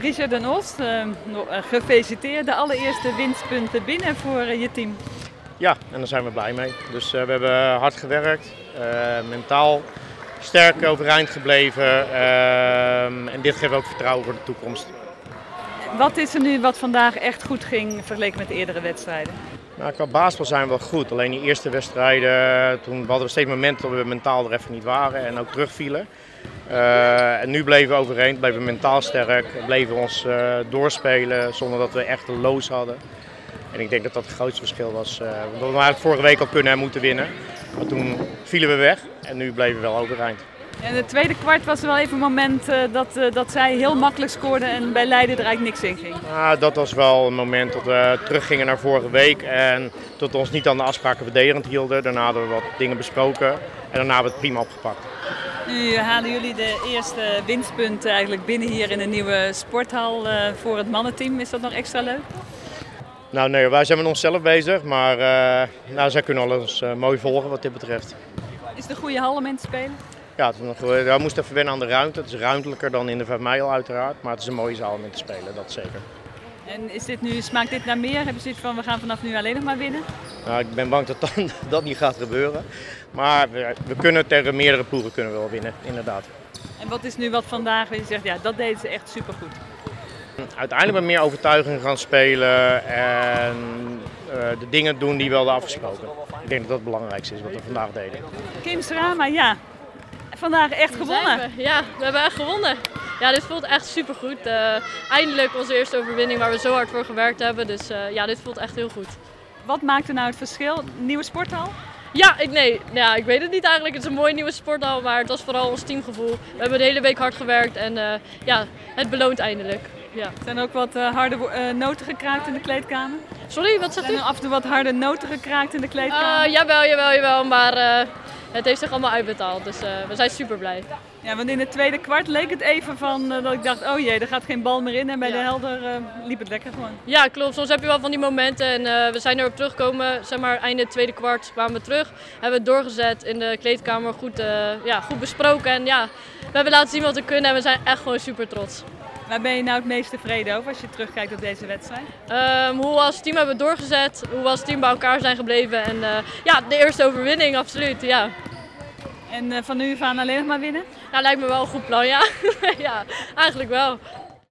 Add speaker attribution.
Speaker 1: Richard Den Oost, eh, nog, eh, gefeliciteerd. De allereerste winstpunten binnen voor eh, je team.
Speaker 2: Ja, en daar zijn we blij mee. Dus eh, we hebben hard gewerkt, eh, mentaal sterk overeind gebleven. ehm, en dit geeft ook vertrouwen voor de toekomst.
Speaker 1: Wat is er nu wat vandaag echt goed ging vergeleken met de eerdere wedstrijden?
Speaker 2: Nou, qua basketbal zijn we wel goed. Alleen die eerste wedstrijden, toen we hadden we steeds momenten dat we mentaal er even niet waren en ook terugvielen. Eh, en nu bleven we overeind, bleven we mentaal sterk, bleven we ons eh, doorspelen zonder dat we echt een loos hadden. En ik denk dat dat het grootste verschil was. eh, want we hadden het vorige week al kunnen en moeten winnen. Maar toen vielen we weg en nu bleven we wel overeind.
Speaker 1: In het tweede kwart was er wel even een moment eh, dat, eh, dat zij heel makkelijk scoorden en bij Leiden er eigenlijk niks in ging.
Speaker 2: Ah, dat was wel een moment dat we teruggingen naar vorige week en dat we ons niet aan de afspraken verdedigend hielden. Daarna hadden we wat dingen besproken en daarna hebben we het prima opgepakt.
Speaker 1: Nu halen jullie de eerste winstpunten eigenlijk binnen hier in de nieuwe sporthal eh, voor het mannenteam. Is dat nog extra leuk?
Speaker 2: Nou nee, wij zijn met onszelf bezig, maar eh, nou, zij kunnen alles eh, mooi volgen wat dit betreft.
Speaker 1: Is het een goede hal om in te spelen?
Speaker 2: Ja, het is nog- we moesten even wennen aan de ruimte. Het is ruimtelijker dan in de 5 mijl uiteraard, maar het is een mooie zaal om in te spelen, dat zeker.
Speaker 1: En is dit nu, smaakt dit naar meer? Hebben ze zoiets van, we gaan vanaf nu alleen nog maar winnen?
Speaker 2: Nou, ik ben bang dat dat, dat niet gaat gebeuren, maar we, we kunnen tegen meerdere ploegen kunnen we wel winnen, inderdaad.
Speaker 1: En wat is nu wat vandaag, waar je zegt, ja, dat deden ze echt supergoed.
Speaker 2: Uiteindelijk met meer overtuiging gaan spelen en eh, de dingen doen die we hadden afgesproken. Ik denk dat dat het belangrijkste is wat we vandaag deden.
Speaker 1: Kimsrama, ja. Vandaag echt gewonnen.
Speaker 3: Zijn we. Ja, we hebben echt gewonnen. Ja, dit voelt echt supergoed. Eh eindelijk onze eerste overwinning waar we zo hard voor gewerkt hebben. Dus eh, ja, dit voelt echt heel goed.
Speaker 1: Wat maakte nou het verschil? Nieuwe sporthal?
Speaker 3: Ja, ik, nee, nou ja, ik weet het niet eigenlijk. Het is een mooie nieuwe sporthal, maar het was vooral ons teamgevoel. We hebben de hele week hard gewerkt en eh, ja, het beloont eindelijk. Ja.
Speaker 1: Zijn er ook wat eh, harde wo- eh, noten gekraakt in de kleedkamer?
Speaker 3: Sorry, wat zegt
Speaker 1: Zijn
Speaker 3: u?
Speaker 1: er af en toe wat harde noten gekraakt in de kleedkamer?
Speaker 3: Eh, jawel, jawel, jawel, maar eh, het heeft zich allemaal uitbetaald. Dus eh, we zijn super blij.
Speaker 1: Ja, want in het tweede kwart leek het even van eh, dat ik dacht, oh jee, er gaat geen bal meer in. En bij
Speaker 3: Ja.
Speaker 1: de helder eh, liep het lekker gewoon.
Speaker 3: Ja, klopt. Soms heb je wel van die momenten en eh, we zijn erop teruggekomen. Zeg maar, einde tweede kwart kwamen we terug. Hebben we het doorgezet in de kleedkamer, goed, eh, ja, goed besproken. En ja, we hebben laten zien wat we kunnen en we zijn echt gewoon super trots.
Speaker 1: Waar ben je nou het meest tevreden over als je terugkijkt op deze wedstrijd?
Speaker 3: Ehm, hoe we als team hebben we doorgezet, hoe we als team bij elkaar zijn gebleven. En eh, ja, de eerste overwinning, absoluut. Ja.
Speaker 1: En eh, van nu af aan alleen nog maar winnen?
Speaker 3: Nou, lijkt me wel een goed plan, ja. ja, eigenlijk wel.